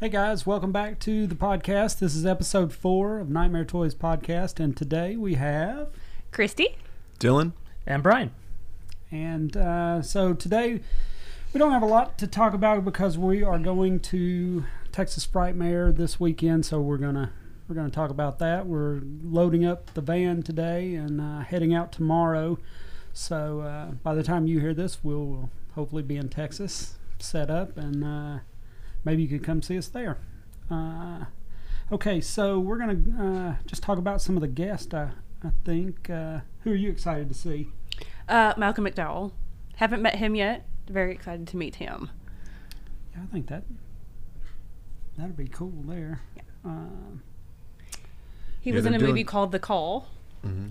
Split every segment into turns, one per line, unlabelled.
Hey guys, welcome back to the podcast. This is episode four of Nightmare Toys Podcast, and today we have.
Christy?
Dylan?
And Brian.
And uh, so today we don't have a lot to talk about because we are going to Texas Sprite Mare this weekend, so we're gonna we're gonna talk about that. We're loading up the van today and uh, heading out tomorrow. So uh, by the time you hear this, we'll, we'll hopefully be in Texas, set up, and uh, maybe you could come see us there. Uh, okay, so we're gonna uh, just talk about some of the guests. I I think uh, who are you excited to see?
Uh, Malcolm McDowell. Haven't met him yet. Very excited to meet him.
Yeah, I think that that'd be cool there. Um,
He
Yeah,
was in a
they're
movie
doing- Mm-hmm.
called The Call.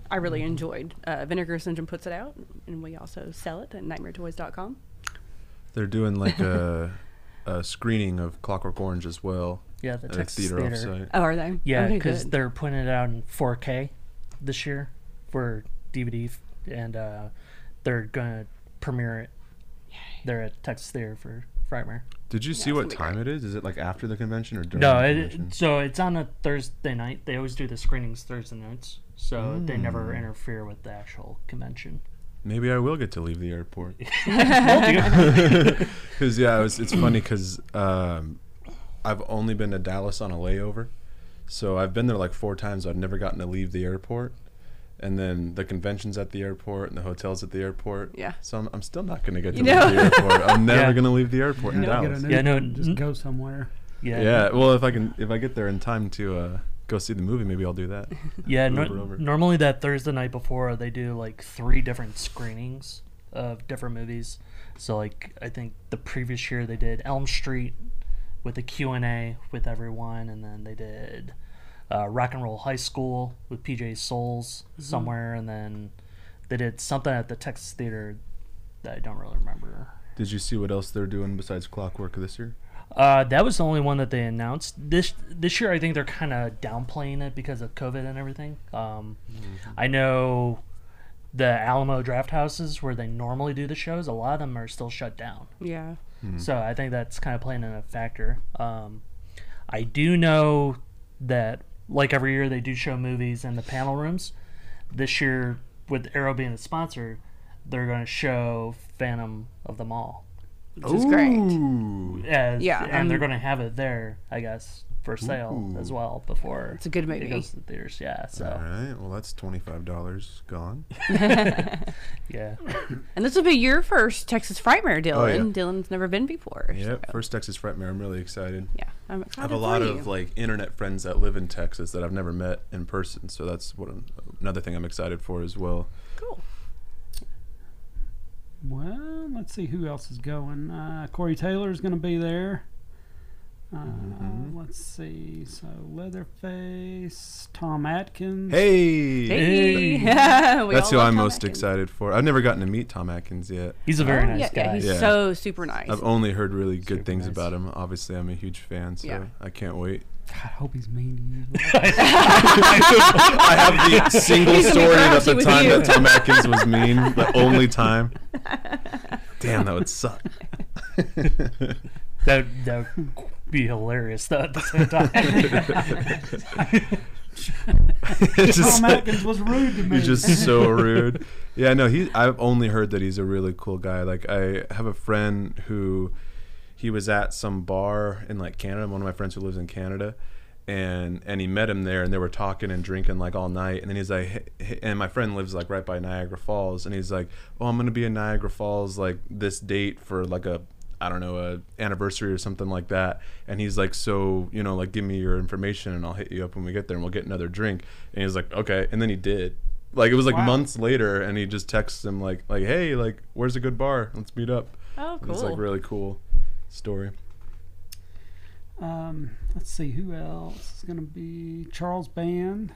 I really enjoyed. Uh, Vinegar Syndrome puts it out, and we also sell it at nightmaretoys.com.
They're doing like a, a screening of Clockwork Orange as well.
Yeah, the
at a
Texas theater.
offsite.
Oh, are they?
Yeah,
Okay,
because
good.
they're putting it out in 4K this year for DVD, f- and uh, they're gonna premiere it. They're at Texas Theater for Frightmare.
Did you see
it's
what
gonna be
time it is? Is it like after the convention or during
No,
the
it,
convention?
so it's on a Thursday night. They always do the screenings Thursday nights, so they never
Hmm.
interfere with the actual convention.
Maybe I will get to leave the airport.
Well,
Because yeah, it was, it's funny because um, I've only been to Dallas on a layover, so I've been there like four times. I've never gotten to leave the airport, and then the conventions at the airport and the hotels at the airport.
Yeah.
So I'm, I'm still not going to get to
You
leave
know?
the airport. I'm never
Yeah.
going to leave the airport in
get a
Dallas.
new
Yeah, no,
one, just
n-
go somewhere.
yeah,
Yeah. Well, if I can, if I get there in time to uh, go see the movie, maybe I'll do that.
Yeah,
Uber,
nor-
Uber.
normally that Thursday night before they do like three different screenings of different movies. So like I think the previous year they did Elm Street with a Q&A with everyone and then they did uh, Rock and Roll High School with PJ Souls somewhere and then they did something at the Texas Theater that I don't really remember.
Did you see what else they're doing besides Clockwork this year?
Uh, that was the only one that they announced this this year. I think they're kind of downplaying it because of COVID and everything. Um, I know the Alamo Draft Houses where they normally do the shows. A lot of them are still shut down,
yeah.
so I think that's kind of playing in a factor. Um, I do know that like every year they do show movies in the panel rooms. This year, with Arrow being a sponsor, they're going to show Phantom of the Mall
Which is great.
Ooh.
as,
Yeah,
and they're
um,
going to have it there, I guess, for sale as well before
It's a good
it
movie.
goes to the theaters. Yeah, so
All right. Well, that's twenty five dollars gone.
yeah,
And this will be your first Texas Frightmare, Dylan.
Oh, yeah.
Dylan's never been before.
Yep. First Texas Frightmare. I'm really excited.
Yeah. I'm
I
excited.
have a
for
lot
you.
of like internet friends that live in Texas that I've never met in person, so that's what I'm, another thing I'm excited for as well.
Cool.
Well, let's see who else is going. Uh, Corey Taylor is going to be there. Uh, Let's see. So Leatherface, Tom Atkins.
Hey,
Hmm. Hey. We
that's
all
who
love Tom
I'm most
Atkins.
excited for. I've never gotten to meet Tom Atkins yet.
he's a very
Oh,
nice
yeah,
guy.
Yeah, he's
Yeah.
so super nice.
I've only heard really good
Super
things
nice.
about him. Obviously, I'm a huge fan, so
Yeah.
I can't wait.
God, I hope he's mean to you.
I have the single
He's gonna be
story at
grouchy
the
with
time
you.
that Tom Atkins was mean. The only time. Damn, that would suck.
That that would be hilarious though. At the same time,
It's just-
Tom Atkins was rude to me.
He's just so rude. Yeah, no, he. I've only heard that he's a really cool guy. Like I have a friend who, he was at some bar in like Canada. One of my friends who lives in Canada, and and he met him there, and they were talking and drinking like all night. And then he's like, "Hey," hey- and my friend lives like right by Niagara Falls, and he's like, oh, I'm gonna be in Niagara Falls like this date for like a. I don't know a anniversary or something like that, and he's like, "So you know, like, give me your information, and I'll hit you up when we get there, and we'll get another drink." And he's like, "Okay," and then he did, like it was like
Wow.
months later, and he just texts him like like Hey, like where's a good bar? Let's meet up.
oh,
And
cool.
It's like really cool story.
Um, let's see who else is going to be Charles Band.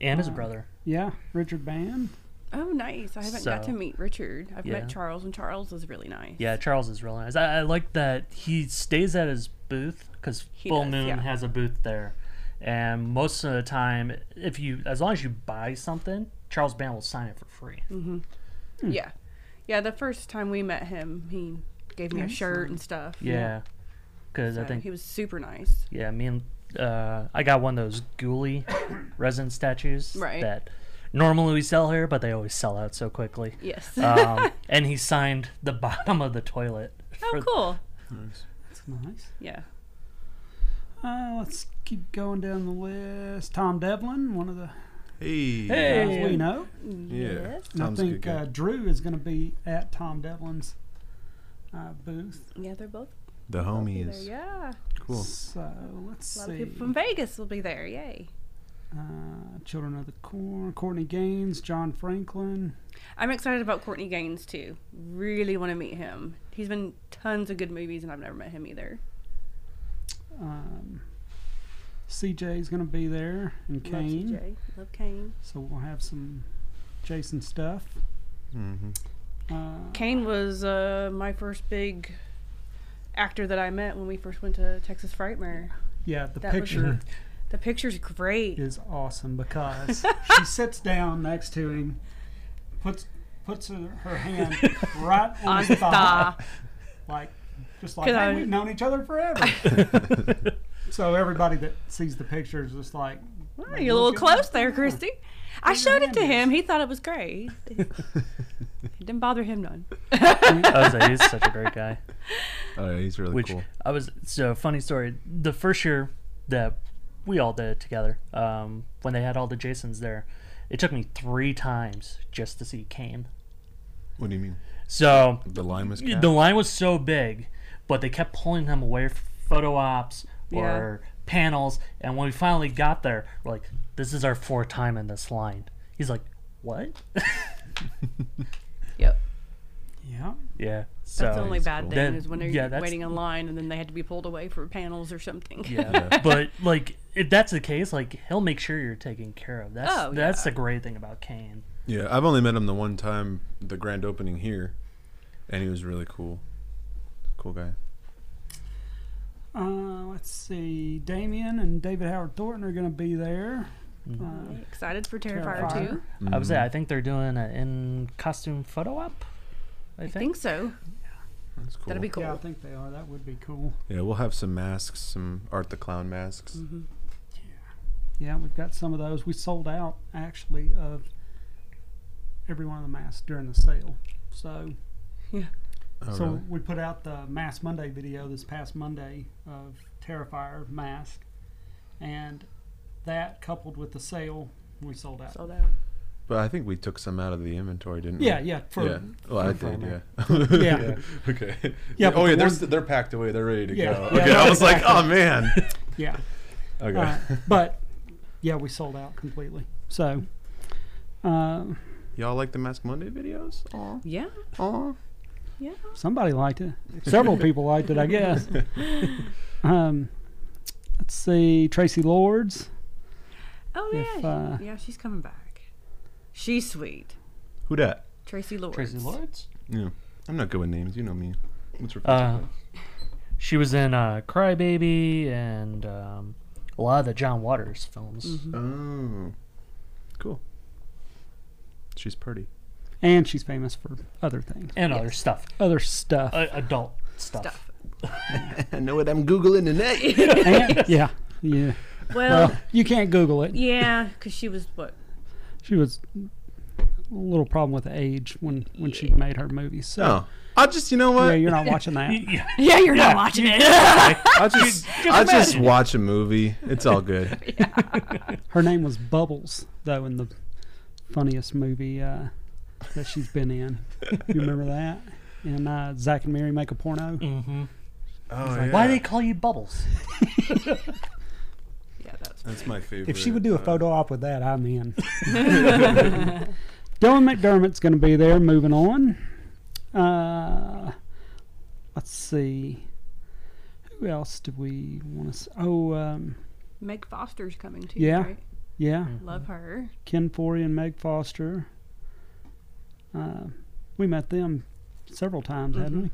and his brother.
Yeah, Richard Band.
Oh, nice. I haven't got
So-
to meet Richard. I've
Yeah.
met Charles, and Charles is really nice.
Yeah, Charles is really nice. I, I like that he stays at his booth because
He
Full
does,
Moon
yeah.
has a booth there, and most of the time, if you as long as you buy something, Charles Band will sign it for free.
Mm-hmm. Yeah. Yeah, the first time we met him, he gave me a shirt and stuff.
Yeah. because
So
I think
he was super nice.
yeah, me and uh, I got one of those ghoulie resin statues
Right.
that normally we sell here, but they always sell out so quickly.
Yes.
Um, and he signed the bottom of the toilet.
oh,
for-
cool.
That's nice.
Yeah.
Uh, let's keep going down the list. Tom Devlin, one of the
Hey.
Hey.
guys we know.
Yeah.
Yes.
And I
Tom's a good
think
guy.
uh, Drew is going to be at Tom Devlin's uh, booth.
Yeah, they're both
The
be there.
homies.
Yeah.
Cool.
So let's
A lot of
see.
people from Vegas will be there. Yay.
Uh, Children of the Corn, Courtney Gaines, John Franklin.
I'm excited about Courtney Gaines too. Really want to meet him. He's been tons of good movies and I've never met him either.
Um, CJ is going to be there, and
Love
Kane.
CJ. Love Kane.
So we'll have some Jason stuff.
Mm-hmm.
Uh,
Kane was uh, my first big actor that I met when we first went to Texas Frightmare.
yeah, the
That was-
picture
The picture's great.
is awesome because she sits down next to him, puts puts her, her hand right on
On
his
the
thigh,
star.
like just like
Could
"Hey,
I-
we've known each other forever. so everybody that sees the picture is just like,
Well,
"Man,
you're a little
look at
close there, Christy. I showed it to him. He thought it was great. It didn't bother him none.
I was like, he's such a great guy.
Oh, yeah, he's really
Which
cool.
I was so funny story. The first year that we all did it together, um, when they had all the Jasons there, it took me three times just to see Kane.
What do you mean?
So
The line was
the line was so big, but they kept pulling him away for photo ops or panels. And when we finally got there, we're like, "This is our fourth time in this line." He's like, "What?"
Yep.
Yeah,
yeah. So
That's the only
it's
bad
cool.
thing
Then-
is when they're
yeah, that's-
waiting in line and then they had to be pulled away for panels or something.
Yeah.
Uh,
but like if that's the case, like he'll make sure you're taken care of. That's
Oh,
that's
yeah.
the great thing about Kane.
Yeah, I've only met him the one time, the grand opening here, and he was really cool. Cool guy.
uh, let's see. Damien and David Howard Thornton are going to be there. Uh,
Excited for Terrifier,
Terrifier.
2?
I was I think they're doing an in costume photo op.
I
I
think
think.
so.
That's cool.
That'd be cool.
Yeah, I think they are. That would be cool.
Yeah, we'll have some masks, some Art the Clown masks.
Yeah, we've got some of those. We sold out actually of every one of the masks during the sale. So,
Oh,
so
really?
we put out the Mask Monday video this past Monday of Terrifier mask, and that coupled with the sale, we sold out.
Sold out.
But I think we took some out of the inventory, didn't
yeah,
we?
yeah, for
yeah. Well, I
for
did.
farmer.
Yeah.
Yeah.
okay.
Yeah,
Oh
but
yeah,
the
they're
ones-
they're packed away. They're ready to
Yeah,
go.
yeah,
okay. I was like, oh man.
yeah.
Okay.
Uh, but yeah, we sold out completely. So, uh,
Y'all like the Mask Monday videos? Aw.
Yeah.
Aw.
Yeah.
Somebody liked it. Several people liked it, I guess. Um, let's see, Tracy Lords.
Oh, yeah.
If,
she-
uh,
yeah, she's coming back. She's sweet.
Who dat?
Tracy Lords.
Tracy Lords.
Yeah. I'm not good with names. You know me. What's her
Uh, she was in uh, Crybaby and um, a lot of the John Waters films.
Mm-hmm.
Oh, cool. She's pretty.
And she's famous for other things,
and
Yes.
other stuff,
other stuff.
uh, adult stuff.
Stuff.
I know what I'm googling tonight.
and, yeah, yeah.
Well,
Well, you can't Google it.
yeah, because she was what?
She was a little problem with age when when she made her movies. So
No, I just you know
yeah,
what?
you're not watching that.
Y- yeah.
Yeah, you're not watching it.
I just I just watch a movie. It's all good.
Her name was Bubbles, though, in the funniest movie uh, that she's been in. you remember that? And uh, Zach and Mary make a porno.
Mm-hmm.
Mm-hmm.
Oh,
Why do they call you Bubbles?
yeah, that's
That's my favorite. uh,
If she would do a photo op with that, I'm in. Dylan McDermott's going to be there. Moving on. Uh, let's see. Who else do we want to? Oh, um,
Meg Foster's coming too.
Yeah.
Right?
yeah,
Love her.
Ken Forey and Meg Foster. Uh, we met them several times,
Mm-hmm.
hadn't we?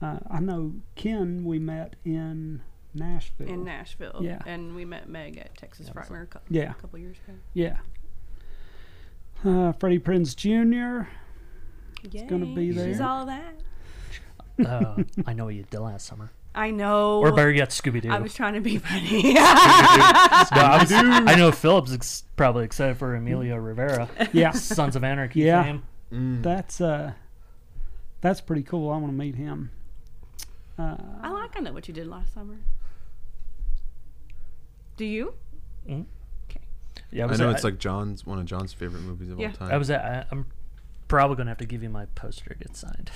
Uh, I know Ken. We met in Nashville.
in Nashville.
Yeah.
And we met Meg at Texas Frightmare a cou-
Yeah.
couple years ago.
yeah. Uh, Freddie Prinz Jr.
Yay.
gonna be
She's
there.
all that.
Uh, I know what you did last summer.
I know.
Or better yet, Scooby Doo.
I was trying to be funny.
I, was- I know Phillips is probably excited for Emilio Rivera,
Yeah,
Sons of Anarchy
Yeah.
fame.
Mm.
that's uh, that's pretty cool. I want to meet him. Uh,
I like. I know what you did last summer. Do you?
Yeah,
I
was
know
at-
it's like John's one of John's favorite movies of
Yeah.
all time.
I was at, I, I'm probably gonna have to give you my poster to get signed.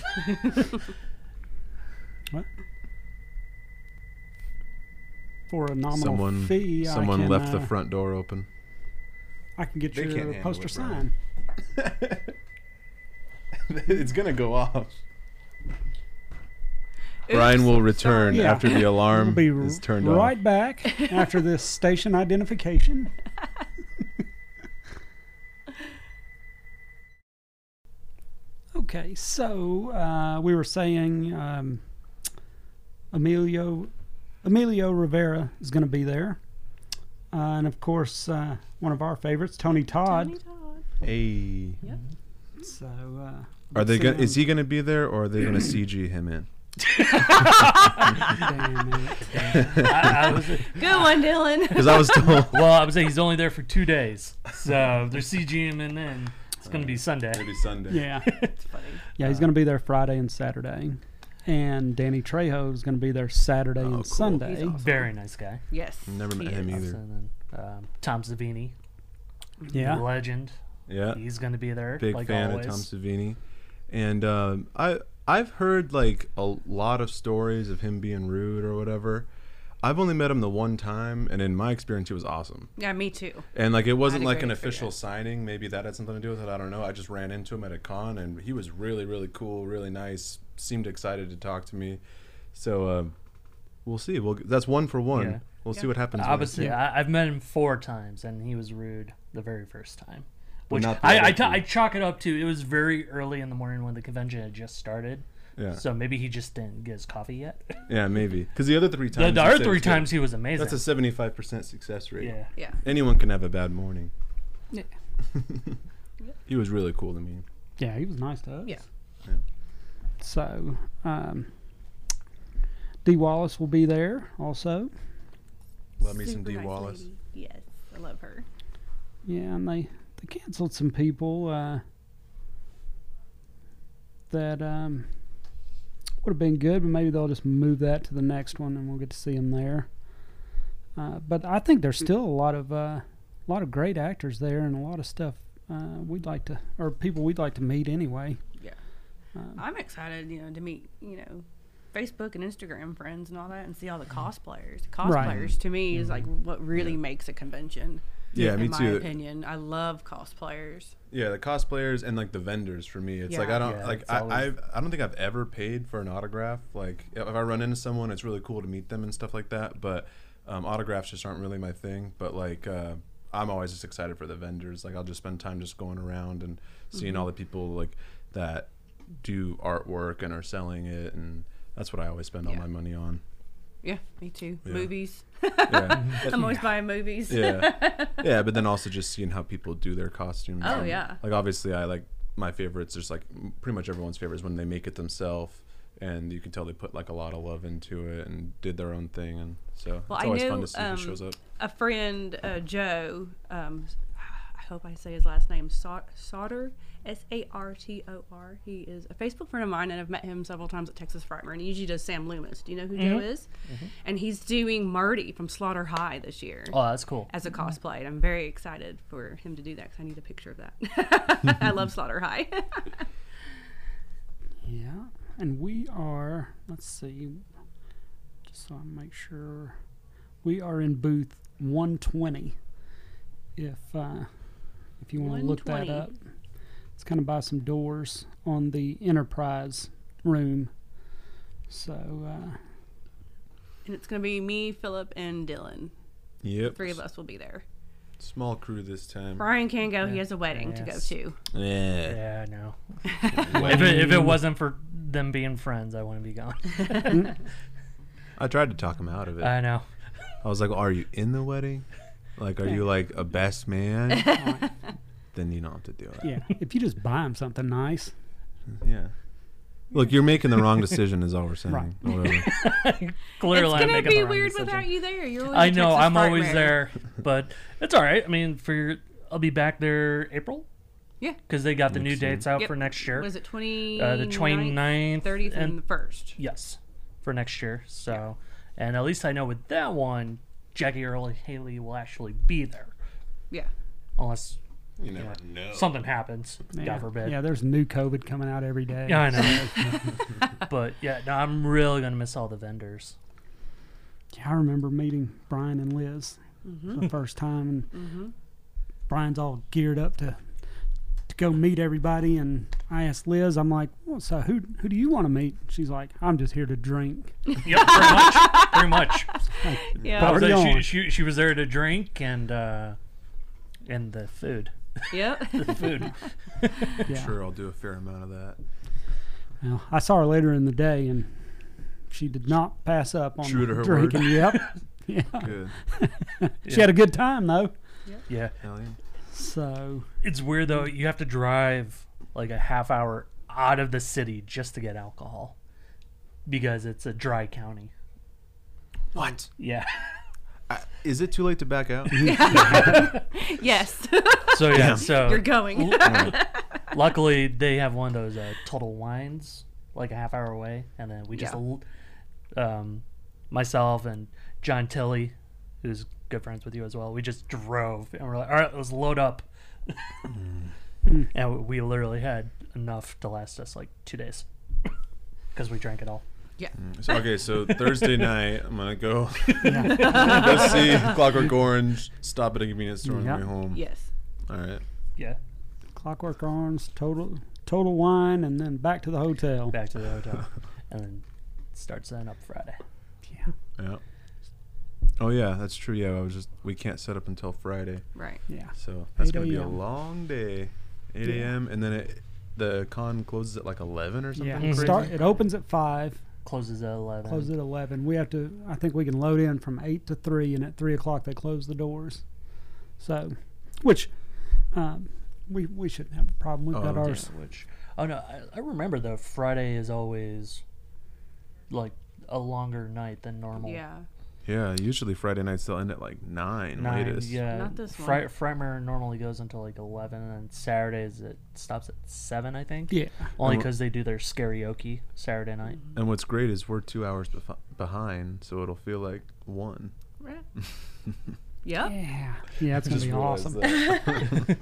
What? For a nominal
someone
fee, I
someone
can,
left the
uh,
front door open.
I can get
They can't
your
handle
poster
it, Brian.
signed.
it's gonna go off. Brian will return
Yeah.
after the alarm
We'll be
is turned on.
right back after this station identification. okay, so uh, we were saying um, Emilio Emilio Rivera is going to be there, uh, and of course uh, one of our favorites, Tony Todd.
Tony Todd.
Hey.
So uh,
Are they
see
gonna,
him.
is he going to be there or are they going to CG him in?
damn it.
I, I was,
Good one, Dylan.
Cuz I was told
well, I was saying he's only there for two days, so they're CGing and then it's gonna be Sunday.
Sunday.
Yeah.
funny.
Yeah, he's going to be there Friday and Saturday. And Danny Trejo is going to be there Saturday and
cool.
Sunday.
Oh, He's awesome.
Very nice guy.
Yes.
Never met
he
him
is.
either.
And then, um, Tom Savini,
Yeah.
legend.
Yeah.
He's gonna be there.
Uh, Big
like
fan
always.
of Tom Savini. And um, I I've heard like a lot of stories of him being rude or whatever. I've only met him the one time and in my experience he was awesome.
Yeah, me too.
And like it wasn't
I'd
like
agree
an
with you,
official
yeah.
signing. Maybe that had something to do with it. I don't know. I just ran into him at a con, and he was really, really cool, really nice. Seemed excited to talk to me. So uh, we'll see. We'll that's one for one.
Yeah.
We'll see
Yeah.
what happens. next.
Obviously, I, I've met him four times, and he was rude the very first time. Which
not the
I,
other
I, t-
two.
I chalk it up to it was very early in the morning when the convention had just started.
Yeah.
So maybe he just didn't get his coffee yet.
yeah, maybe because the other three
the
times.
the
he
other
said
three
it's good.
times he was amazing.
That's a seventy-five percent success rate.
yeah.
Yeah.
Anyone can have a bad morning.
Yeah.
He was really cool to me.
Yeah, he was nice to us.
Yeah.
Yeah.
So, um, D. Wallace will be there also.
Love me some
Super
D
nice
Wallace.
lady. Yes, I love her.
Yeah, and they, they canceled some people uh, that um, would have been good, but maybe they'll just move that to the next one, and we'll get to see them there. Uh, but I think there's still a lot of uh, a lot of great actors there, and a lot of stuff uh, we'd like to, or people we'd like to meet anyway.
I'm excited, you know, to meet, you know, Facebook and Instagram friends and all that and see all the cosplayers. Cosplayers
Right.
to me is like what really makes a convention.
Yeah, me
in my
too.
opinion. I love cosplayers.
Yeah, the cosplayers and like the vendors for me. It's like
Yeah.
I don't
Yeah,
like
it's
I
always-
I've, I don't think I've ever paid for an autograph. Like if I run into someone, it's really cool to meet them and stuff like that. But um, autographs just aren't really my thing. But like uh, I'm always just excited for the vendors. Like I'll just spend time just going around and
Mm-hmm.
seeing all the people like that do artwork and are selling it, and that's what I always spend all
Yeah.
my money on.
Yeah, me too.
Yeah.
Movies.
Yeah.
I'm always buying movies.
yeah yeah but then also just seeing how people do their costumes
Oh,
and,
yeah.
like obviously i like my favorites just like m- pretty much everyone's favorite is when they make it themselves and you can tell they put like a lot of love into it and did their own thing and so
Well,
it's
I
always fun
knew,
to see
um,
who shows up
a friend, uh, Joe. Um, I hope I say his last name, Sa- Sauter, S A R T O R. He is a Facebook friend of mine, and I've met him several times at Texas Frightmare, and he usually does Sam Loomis. Do you know who Joe is? And he's doing Marty from Slaughter High this year
Oh, that's cool.
as a
Mm-hmm.
cosplay, and I'm very excited for him to do that because I need a picture of that.
Mm-hmm.
I love Slaughter High.
Yeah, and we are. Let's see. Just so I make sure, we are in booth 120. If uh, if you want to look that
120.
up, it's kind of by some doors on the enterprise room. So uh,
and it's going to be me, Philip, and Dylan.
yep
Three of us will be there.
small crew this time
Brian can go. He has a wedding to go
Yes.
to.
yeah
Yeah, I know. if, it, if it wasn't for them being friends, I wouldn't be gone.
i tried to talk him out of it
I know.
i was like are you in the wedding like are you like a best man then you don't have to do it
yeah, if you just buy him something nice,
yeah Look, you're making the wrong decision, is all we're saying.
Right.
or whatever.
it's
Clearly, I'm
gonna
making
be
the wrong
weird
decision.
without you there. You're always
I
a
know
Texas
I'm always
nightmare.
there, but it's all right. I mean, for your, I'll be back there April.
Yeah.
because they got the new
Next year.
dates out
Yep.
for next year,
Was it 20?
uh, the 29th,
30th, and,
and
the first.
yes, for next year. So, and at least I know with that one, Jackie Earl Haley will actually be there,
Yeah.
unless
You never know.
something happens.
Yeah.
God forbid.
Yeah, there's new COVID coming out every day.
Yeah, I know. but yeah, no, I'm really gonna miss all the vendors.
I remember meeting Brian and Liz for the first time, and Brian's all geared up to to go meet everybody, and I asked Liz, I'm like, well, so who who do you want to meet? She's like, I'm just here to drink.
Yep, pretty much. Pretty much.
Yeah.
I was
Party
like,
on.
she, she, she was there to drink and uh, and the food.
Yep.
The food.
Yeah.
Sure, I'll do a fair amount of that.
Well, I saw her later in the day, and she did not pass up on
True
the
to her word.
drinking. Yep. Yeah.
Good.
she had a good time though.
Yeah.
Hell yeah.
So
It's weird though, you have to drive like a half hour out of the city just to get alcohol. Because it's a dry county.
What?
Yeah.
I, is it too late to back out?
Mm-hmm.
yes.
So yeah,
Damn.
so
You're going.
Um, Luckily, they have one of those uh, Total Wines, like a half hour away, and then we just,
Yeah.
l- um, myself and John Tilly, who's good friends with you as well, we just drove and we're like, all right, let's load up, and we literally had enough to last us like two days, because we drank it all.
So, okay, so Thursday night, I'm gonna go go see Clockwork Orange. Stop at a convenience store on
Yeah.
the way home.
yes.
All right.
Yeah,
Clockwork Orange, total total wine, and then back to the hotel.
back to the hotel, and then starts then up Friday.
Yeah.
Yeah. Oh yeah, that's true. Yeah, I was just we can't set up until Friday,
Right.
Yeah.
so that's
8
gonna be a
a.m..
long day. 8
Yeah.
a.m. and then it, the con closes at like 11 or something.
Yeah.
Mhm.
crazy.
Start. It opens at five.
Closes at eleven.
Close at eleven. We have to. I think we can load in from eight to three, and at three o'clock they close the doors. So, which um, we we shouldn't have a problem. We've
Oh,
got
yeah.
ours.
Which oh no, I, I remember though. Friday is always like a longer night than normal.
Yeah.
Yeah, usually Friday nights they'll end at like nine,
Nine,
latest.
yeah.
Not this
Fri-
one.
Frimer normally goes until like eleven, and Saturdays it stops at seven, I think.
Yeah.
And
Only
we're-
because they do their karaoke Saturday night.
Mm-hmm.
And what's great is we're two hours bef- behind, so it'll feel like one.
Right. yep.
Yeah. Yeah. It's gonna be
realized
awesome.
that.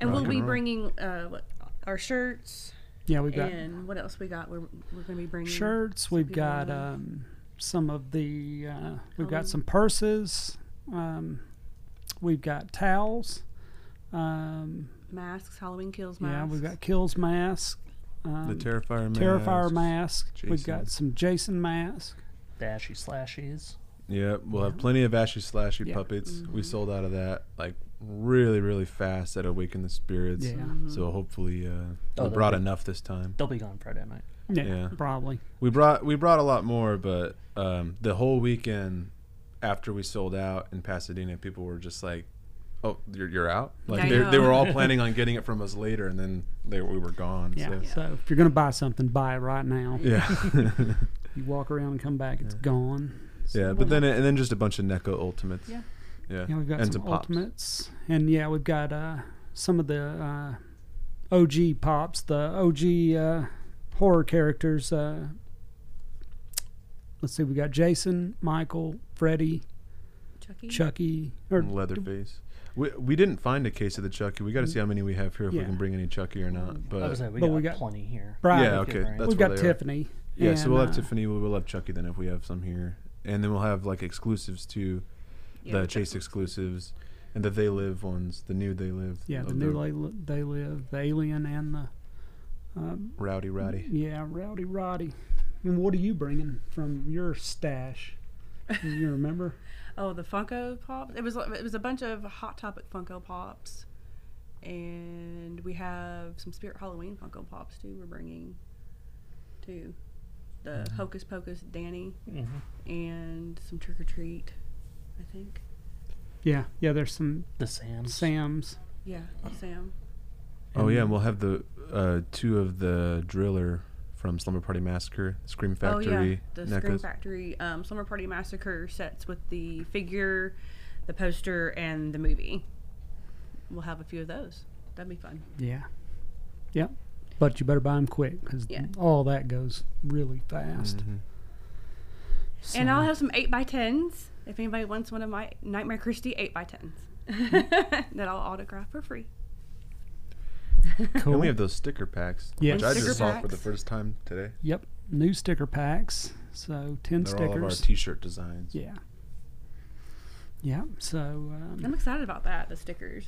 And
Rock
we'll
and
be
roll.
bringing uh, what, our shirts
Yeah. We've got
and what else we got? We're, we're going to be bringing.
shirts. We've
people
got
in.
um, some of the. Uh, we've
Um,
got some purses. Um, we've got towels. Um,
Masks. Halloween kills masks.
yeah. We've got kills mask. Um,
the Terrifier mask.
Terrifier mask. We've got
Jason.
some Jason mask.
The Ashy Slashies.
Yeah, we'll have plenty of Ashy Slashy
Yeah. Mm-hmm.
puppets. We sold out of that like really, really fast at Awaken the Spirits.
Yeah.
So hopefully, uh,
Oh,
we
that'd
brought
be-
enough this time.
They'll be gone Friday night.
Yeah,
Yeah.
probably.
We brought we brought a lot more, but um, the whole weekend after we sold out in Pasadena, people were just like, "Oh, you're, you're out!"
I
Like they, they
know.
were all planning on getting it from us later, and then they we were gone.
Yeah.
So.
So if you're gonna buy something, buy it right now.
Yeah,
You walk around and come back, it's gone.
yeah, but then and then just a bunch of Neko Ultimates.
Yeah.
yeah,
Yeah, we've got
and
some
pops.
ultimates, and yeah, we've got uh, some of the uh, OG pops, the OG uh, horror characters. Uh, let's see, we got Jason, Michael, Freddy,
Chucky.
Chucky, or
And Leatherface. We, we didn't find a case of the Chucky. We got to see how many we have here if
Yeah.
we can bring any Chucky or not.
I
But
was like, we
but
got,
we got-
plenty here.
Brian.
yeah, okay,
Right.
that's
we've
where
got
they are.
Tiffany.
Yeah, so
and,
we'll
uh,
have Tiffany. We'll we'll have Chucky then if we have some here, and then we'll have like exclusives too,
Yeah,
the
we've got
Chase exclusives, and the They Live ones, the new They Live.
Yeah, the
of
new Lay- they live, the alien, and the
Rowdy Rowdy.
Yeah, Rowdy Roddy. And what are you bringing from your stash? Do you remember?
Oh, the Funko Pops. It was it was a bunch of Hot Topic Funko Pops, and we have some Spirit Halloween Funko Pops too. We're bringing too the
Mm-hmm.
Hocus Pocus Danny
Mhm.
and some Trick or Treat. I think.
Yeah, yeah. There's some
The Sam's.
Sam's.
Yeah, Sam.
Oh yeah, and we'll have uh, the uh, two of the Driller from Slumber Party Massacre, Scream
Oh yeah,
Factory
the Scream
necklace.
Factory um, Slumber Party Massacre sets with the figure, the poster, and the movie. We'll have a few of those. That'd be fun.
Yeah. Yep. But you better buy them quick because
Yeah.
all that goes really fast.
Mhm.
And I'll
So-
have some eight by tens if anybody wants one of my Nightmare Christie eight by tens that I'll autograph for free.
cool.
And we have those sticker packs,
Yeah.
which I
Sticker
just saw for the
packs.
first time today.
Yep. New sticker packs. So 10
They're all of our
stickers.
T-shirt designs.
yeah. Yeah. So
I'm
um,
excited about that. The stickers,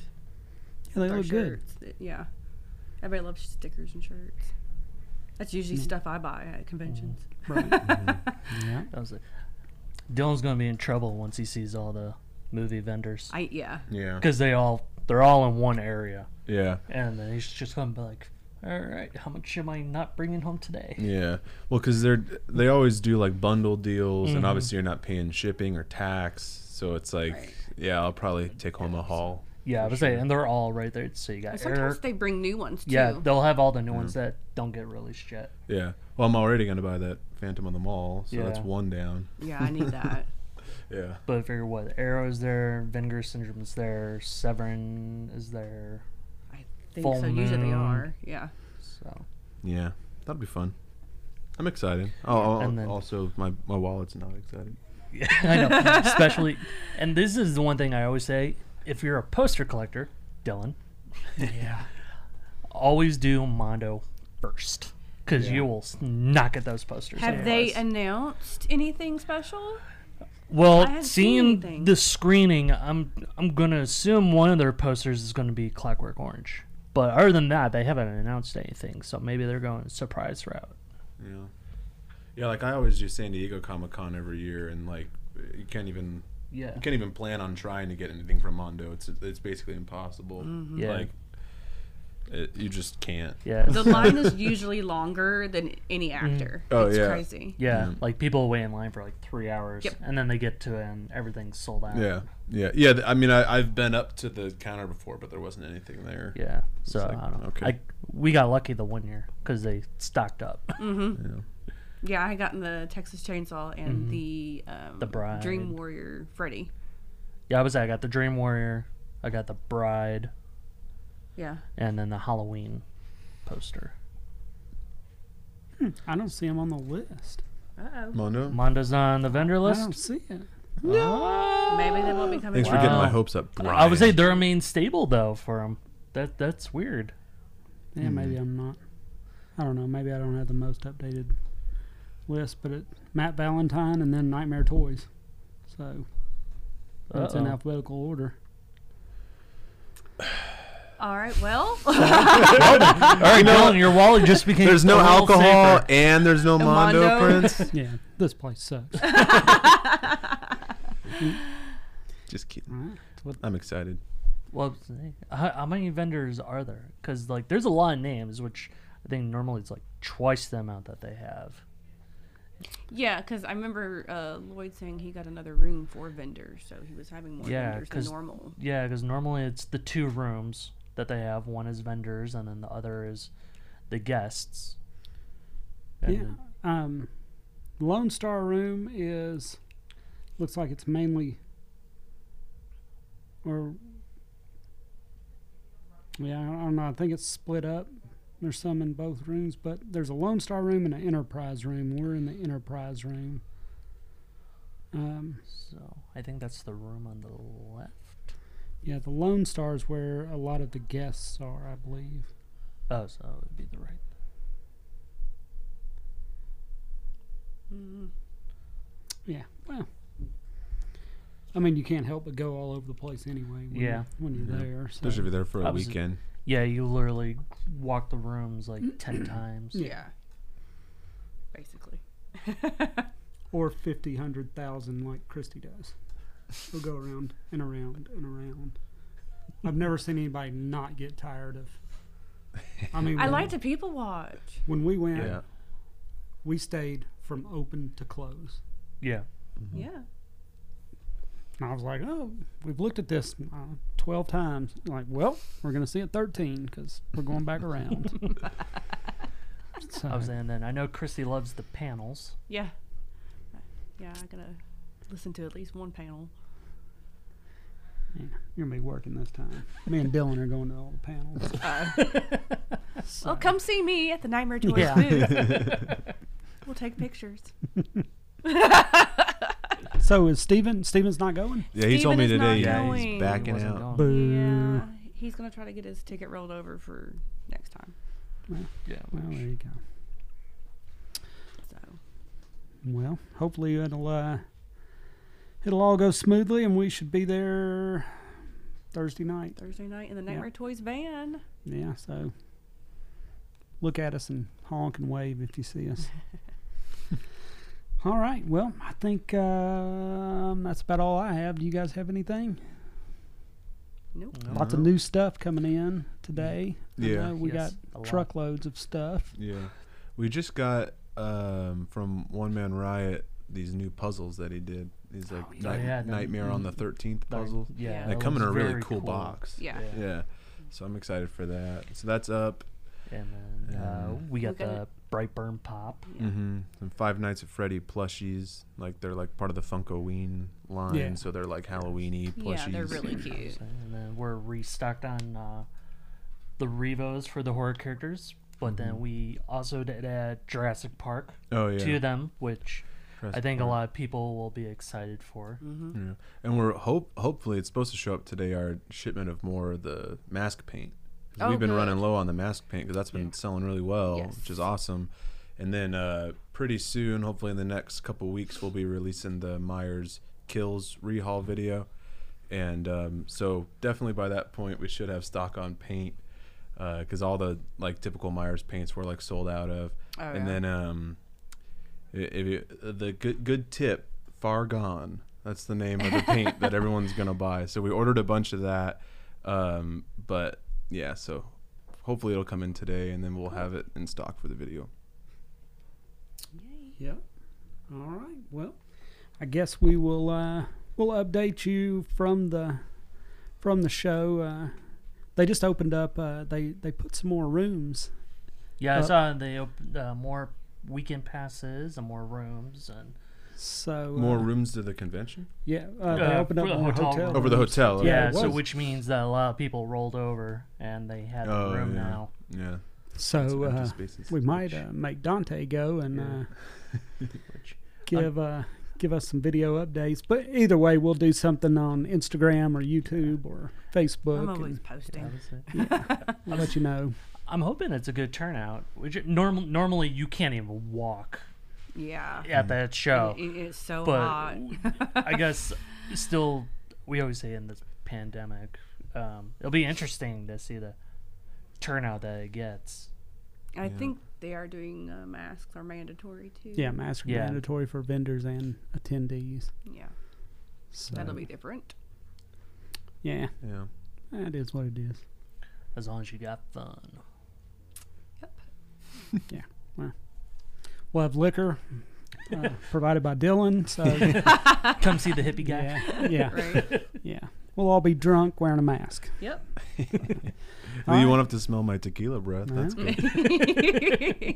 yeah, they
our
look good.
shirts. th- Yeah, everybody loves stickers and shirts. That's usually
Mm-hmm.
stuff I buy at conventions.
Yeah.
That was it. Dylan's gonna be in trouble once he sees all the movie vendors
I yeah.
Yeah,
because they all they're all in one area,
yeah,
and then he's just gonna be like, "All right, how much am I not bringing home today?"
yeah. Well, because they're they always do like bundle deals, and
Mm-hmm.
Mhm.
obviously you're not paying shipping or tax, so it's like,
Right.
yeah, I'll probably take home a haul.
Yeah, I was saying, and they're all right there. So you got
And sometimes
Eric.
they bring new ones too.
yeah, they'll have all the new ones that don't get released yet.
Yeah. Well, I'm already gonna buy that Phantom on the Mall, so that's
Yeah.
one down.
yeah, I need that.
Yeah.
But I figure what Arrow's there, Venger Syndrome's there, Severin is there.
I think
Full
so. Usually they
moon.
are. Yeah.
So
Yeah, that'll be fun. I'm excited. Oh,
And then-
also my my wallet's not excited.
yeah, I know, especially, and this is the one thing I always say: if you're a poster collector, Dylan,
Yeah.
always do Mondo first, because
Yeah.
you will s- not get those posters.
Have they
otherwise.
announced anything special? I
well,
haven't seen
seeing
anything.
the screening, I'm I'm gonna assume one of their posters is gonna be Clockwork Orange. But other than that, they haven't announced anything, so maybe they're going surprise route.
Yeah. Yeah, like I always do San Diego Comic Con every year, and like you can't even
Yeah.
you can't even plan on trying to get anything from Mondo. It's it's basically impossible.
Yeah.
Mm-hmm. Like it, you just can't.
Yeah.
The line is usually longer than any
Mm.
actor.
Oh,
it's
yeah.
crazy.
Yeah, like people wait in line for like three hours,
Yep.
and then they get to it and everything's sold out.
Yeah, yeah, yeah. th- I mean, I, I've been up to the counter before, but there wasn't anything there.
yeah. So
like,
I don't know.
okay.
I, we got lucky the one year because they stocked up.
Yeah, I gotten the Texas Chainsaw and the um,
Mm. The Bride.
Dream Warrior Freddy.
yeah, I was. I got the Dream Warrior, I got the Bride,
Yeah,
and then the Halloween poster.
I don't see them on the list.
Mondo.
Mondo's on the vendor
I don't
list.
see it.
maybe they won't be coming.
Thanks
back.
for getting my
Wow.
hopes up, Brian.
Uh, I would say they're a main stable though for them. That that's weird.
Yeah, maybe I'm not. I don't know. Maybe I don't have the most updated list, but it Matt Valentine and then Nightmare Toys. So that's in
Uh-oh.
alphabetical order.
All right, well,
All right, Dylan, your wallet just became.
There's no
a little
alcohol
safer.
and there's no Mondo,
Mondo.
prints.
Yeah, this place sucks.
Just kidding.
Alright, that's what-
I'm excited.
Well, how, how many vendors are there? Because like, there's a lot of names, which I think normally it's like twice the amount that they have.
yeah, because I remember uh, Lloyd saying he got another room for vendors, so he was having more
Yeah,
vendors than
'cause-
normal.
Yeah, because normally it's the two rooms that they have. One is vendors, and then the other is the guests. And
yeah.
then-
Um, Lone Star Room is looks like it's mainly or yeah, I don't- I don't know. I think it's split up. There's some in both rooms, but there's a Lone Star room and an Enterprise room. We're in the Enterprise room. Um,
so I think that's the room on the left.
yeah, the Lone Star is where a lot of the guests are, I believe.
Oh, so it would be the right.
Yeah. Well, I mean, you can't help but go all over the place anyway. When
Yeah.
You, when you're
Yeah.
there, so.
Especially if you're there for a
I was-
weekend.
Yeah, you literally walk the rooms like ten times.
Yeah, basically.
or 50, 100,000 like Christy does. We'll go around and around and around. I've never seen anybody not get tired of. I mean,
I
when,
like to people watch.
when we went,
Yeah.
we stayed from open to close.
Yeah. Mm-hmm.
Yeah.
And I was like, oh, we've looked at this uh, 12 times. like, well, we're going to see it 13 because we're going back around. So,
I was in, and I know Christy loves the panels.
Yeah. Yeah, I gotta listen to at least one panel.
yeah, you're gonna be working this time. Me and Dylan are going to all the panels.
Uh,
So,
Well, come see me at the Nightmare Toys
Yeah.
booth. we'll take pictures.
so is Steven? Steven's not going.
Yeah, he told
Steven
me
is
today.
not
Yeah,
going.
he's backing
Wasn't
out.
gone.
Boo.
Yeah, he's gonna try to get his ticket rolled over for next time.
Yeah,
Well, there you go.
So
Well, hopefully it'll uh, it'll all go smoothly, and we should be there Thursday night.
Thursday night in the Nightmare Toys van.
Yeah, so look at us and honk and wave if you see us. all right. Well, I think um, that's about all I have. Do you guys have anything?
Nope.
No.
Lots of new stuff coming in today. I
Yeah.
know we
Yes, a
got
lot.
truckloads of stuff.
Yeah, we just got um, from One Man Riot these new puzzles that he did. These like
yeah.
night-
Oh, yeah, the-
Nightmare on the Thirteenth
Like,
puzzles.
Yeah,
Yeah.
They
that
come in a
one's
really
very
cool, box.
Yeah.
Yeah.
Yeah. So I'm excited for that. So that's up.
And then uh, we got
We got
the Brightburn Pop.
Yeah.
Mm-hmm. And Five Nights at Freddy plushies, like they're like part of the Funkoween line,
Yeah.
so they're like Halloweeny plushies.
Yeah, they're really cute.
And then we're restocked on uh, the Revos for the horror characters. But then we also did add Jurassic Park
Oh Mm-hmm. yeah.
to them, which I
Jurassic
think a
Park.
lot of people will be excited for.
Mm-hmm.
Yeah. And we're hope hopefully it's supposed to show up today. Our shipment of more of the mask paint. 'Cause
Oh,
we've been
good.
running low on the mask paint because that's been selling really well,
Yes.
which is awesome. And then uh, pretty soon, hopefully in the next couple weeks, we'll be releasing the Myers Kills rehaul video. And um, so definitely by that point, we should have stock on paint because all the like typical Myers paints were like sold out of.
Oh,
and
yeah.
then um, i- if you, the good good tip, far gone. That's the name of the paint that everyone's gonna buy. So we ordered a bunch of that, um, but yeah. So hopefully it'll come in today, and then we'll have it in stock for the video.
Yay.
Yep. All right. Well, I guess we will uh, we'll update you from the from the show. Uh, they just opened up. Uh, they they put some more rooms.
Yeah, I
Uh,
saw they opened uh, more weekend passes and more rooms and
So uh,
More rooms to the convention
Yeah, uh, they
Uh,
opened up
for the
more
hotel
hotel,
room.
over the
rooms.
hotel. okay.
yeah,
it
so
was.
which means that a lot of people rolled over and they had
Oh,
a room
yeah.
now.
yeah.
So
empty
uh,
spaces.
we might uh, make Dante go and uh,
Which
give uh, give us some video updates. But either way, we'll do something on Instagram or YouTube or
I'm
Facebook. And
always
I
posting.
would say.
we'll let you know.
I'm hoping it's a good turnout. Which normal normally you can't even walk
Yeah.
Mm.
at that show.
It- it- it's so
But-
hot.
I guess still we always say in this pandemic, um, it'll be interesting to see the turnout that it gets.
I think they are doing uh, masks are mandatory too.
Yeah, mask are
Yeah.
mandatory for vendors and attendees.
Yeah.
So,
That'll be different.
yeah,
Yeah.
that is what it is.
As long as you got fun.
Yep.
We'll have liquor uh, provided by Dylan. So
Come see the hippie guy.
yeah, yeah,
Right.
yeah. We'll all be drunk wearing a mask.
yep.
All
you
right.
won't have to smell my tequila breath. That's good.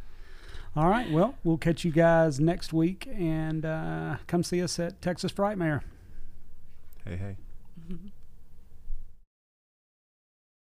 All right. Well, we'll catch you guys next week and uh, come see us at Texas Frightmare.
hey, hey.